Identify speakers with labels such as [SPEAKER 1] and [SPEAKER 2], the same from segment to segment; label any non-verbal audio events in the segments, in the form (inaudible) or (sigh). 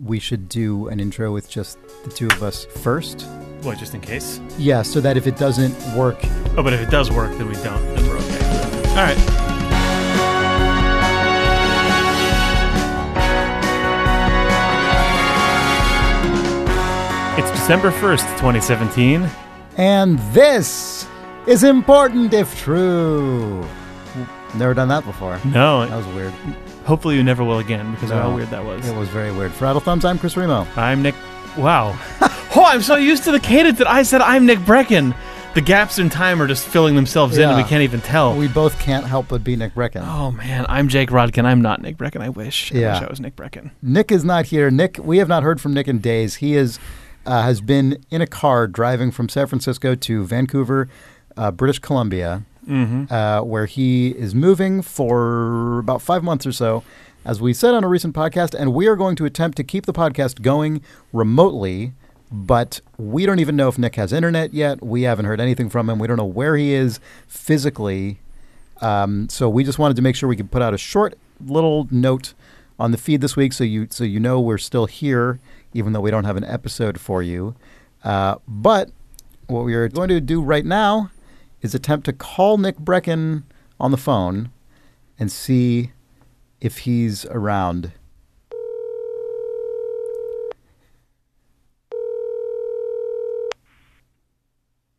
[SPEAKER 1] we should do an intro with just the two of us first.
[SPEAKER 2] Well, just in case.
[SPEAKER 1] Yeah, so that if it doesn't work,
[SPEAKER 2] Oh, but if it does work, then we don't. Then we're okay. All right. It's December 1st, 2017.
[SPEAKER 1] and this is important if true. Never done that before. That
[SPEAKER 2] No,
[SPEAKER 1] was weird.
[SPEAKER 2] hopefully you never will again because of
[SPEAKER 1] No.
[SPEAKER 2] how weird that was.
[SPEAKER 1] It was very weird. Rattle Thumbs, I'm Chris Remo.
[SPEAKER 2] I'm Nick.
[SPEAKER 1] (laughs)
[SPEAKER 2] Wow. oh, I'm so used to the cadence that I said I'm Nick Brecken. The gaps in time are just filling themselves in and
[SPEAKER 1] Yeah.
[SPEAKER 2] we can't even tell.
[SPEAKER 1] We both can't help but be Nick Brecken.
[SPEAKER 2] oh, man. I'm Jake Rodkin. I'm not Nick Brecken. I wish. I
[SPEAKER 1] Yeah.
[SPEAKER 2] wish I was Nick Brecken.
[SPEAKER 1] Nick is not here. Nick, we have not heard from Nick in days. He is uh, has been in a car driving from San Francisco to Vancouver, uh, British Columbia, uh, where he is moving for about five months or so, as we said on a recent podcast. And we are going to attempt to keep the podcast going remotely. But we don't even know if Nick has internet yet. We haven't heard anything from him. We don't know where he is physically. Um, so we just wanted to make sure we could put out a short little note on the feed this week, so you so you know we're still here, even though we don't have an episode for you. Uh, but what we are going to do right now is attempt to call Nick Brecken on the phone and see if he's around.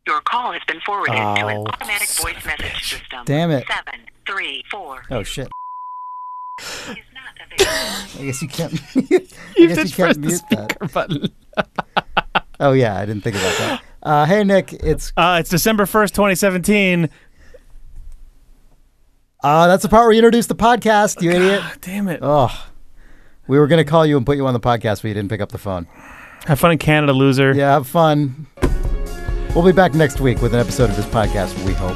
[SPEAKER 3] Your call has been forwarded to an
[SPEAKER 2] Oh,
[SPEAKER 3] automatic
[SPEAKER 2] son
[SPEAKER 3] voice
[SPEAKER 2] of a
[SPEAKER 3] message
[SPEAKER 2] bitch.
[SPEAKER 3] system.
[SPEAKER 1] Damn it.
[SPEAKER 3] Seven, three, four.
[SPEAKER 1] Oh shit!
[SPEAKER 3] Is not available.
[SPEAKER 1] I guess you (laughs) can't. I guess you can't mute that.
[SPEAKER 2] button.
[SPEAKER 1] Oh yeah, I didn't think about that. Uh, hey Nick, it's
[SPEAKER 2] Uh, it's December 1st, 2017.
[SPEAKER 1] uh, that's the part where you introduce the podcast, you idiot.
[SPEAKER 2] Ah, damn it.
[SPEAKER 1] Oh, we were going to call you and put you on the podcast, but you didn't pick up the phone.
[SPEAKER 2] Have fun in Canada, loser.
[SPEAKER 1] Yeah, have fun. We'll be back next week with an episode of this podcast, we hope.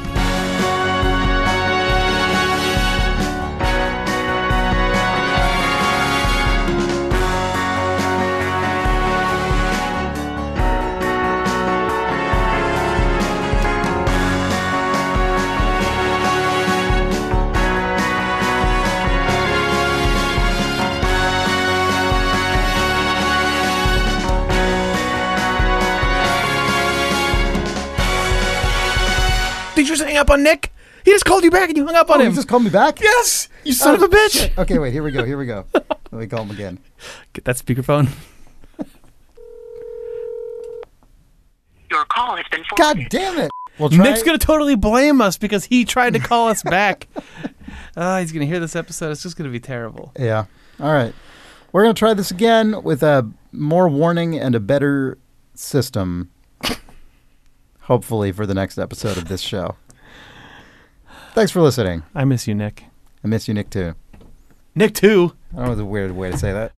[SPEAKER 2] Did you just hang up on Nick? He just called you back and you hung up on
[SPEAKER 1] Oh,
[SPEAKER 2] him.
[SPEAKER 1] you just called me back?
[SPEAKER 2] yes, you son of a bitch.
[SPEAKER 1] (laughs) Okay, wait, here we go, here we go. Let me call him again.
[SPEAKER 2] Get that speakerphone.
[SPEAKER 3] Your call has been
[SPEAKER 1] God
[SPEAKER 3] forwarded.
[SPEAKER 1] damn it. Well, try,
[SPEAKER 2] Nick's gonna totally blame us because he tried to call us (laughs) back. Ah, he's gonna hear this episode. It's just gonna be terrible.
[SPEAKER 1] Yeah. All right. We're going to try this again with a more warning and a better system, hopefully, for the next episode of this show. Thanks for listening.
[SPEAKER 2] I miss you, Nick.
[SPEAKER 1] I miss you, Nick, too.
[SPEAKER 2] Nick too.
[SPEAKER 1] I don't know the weird way to say that.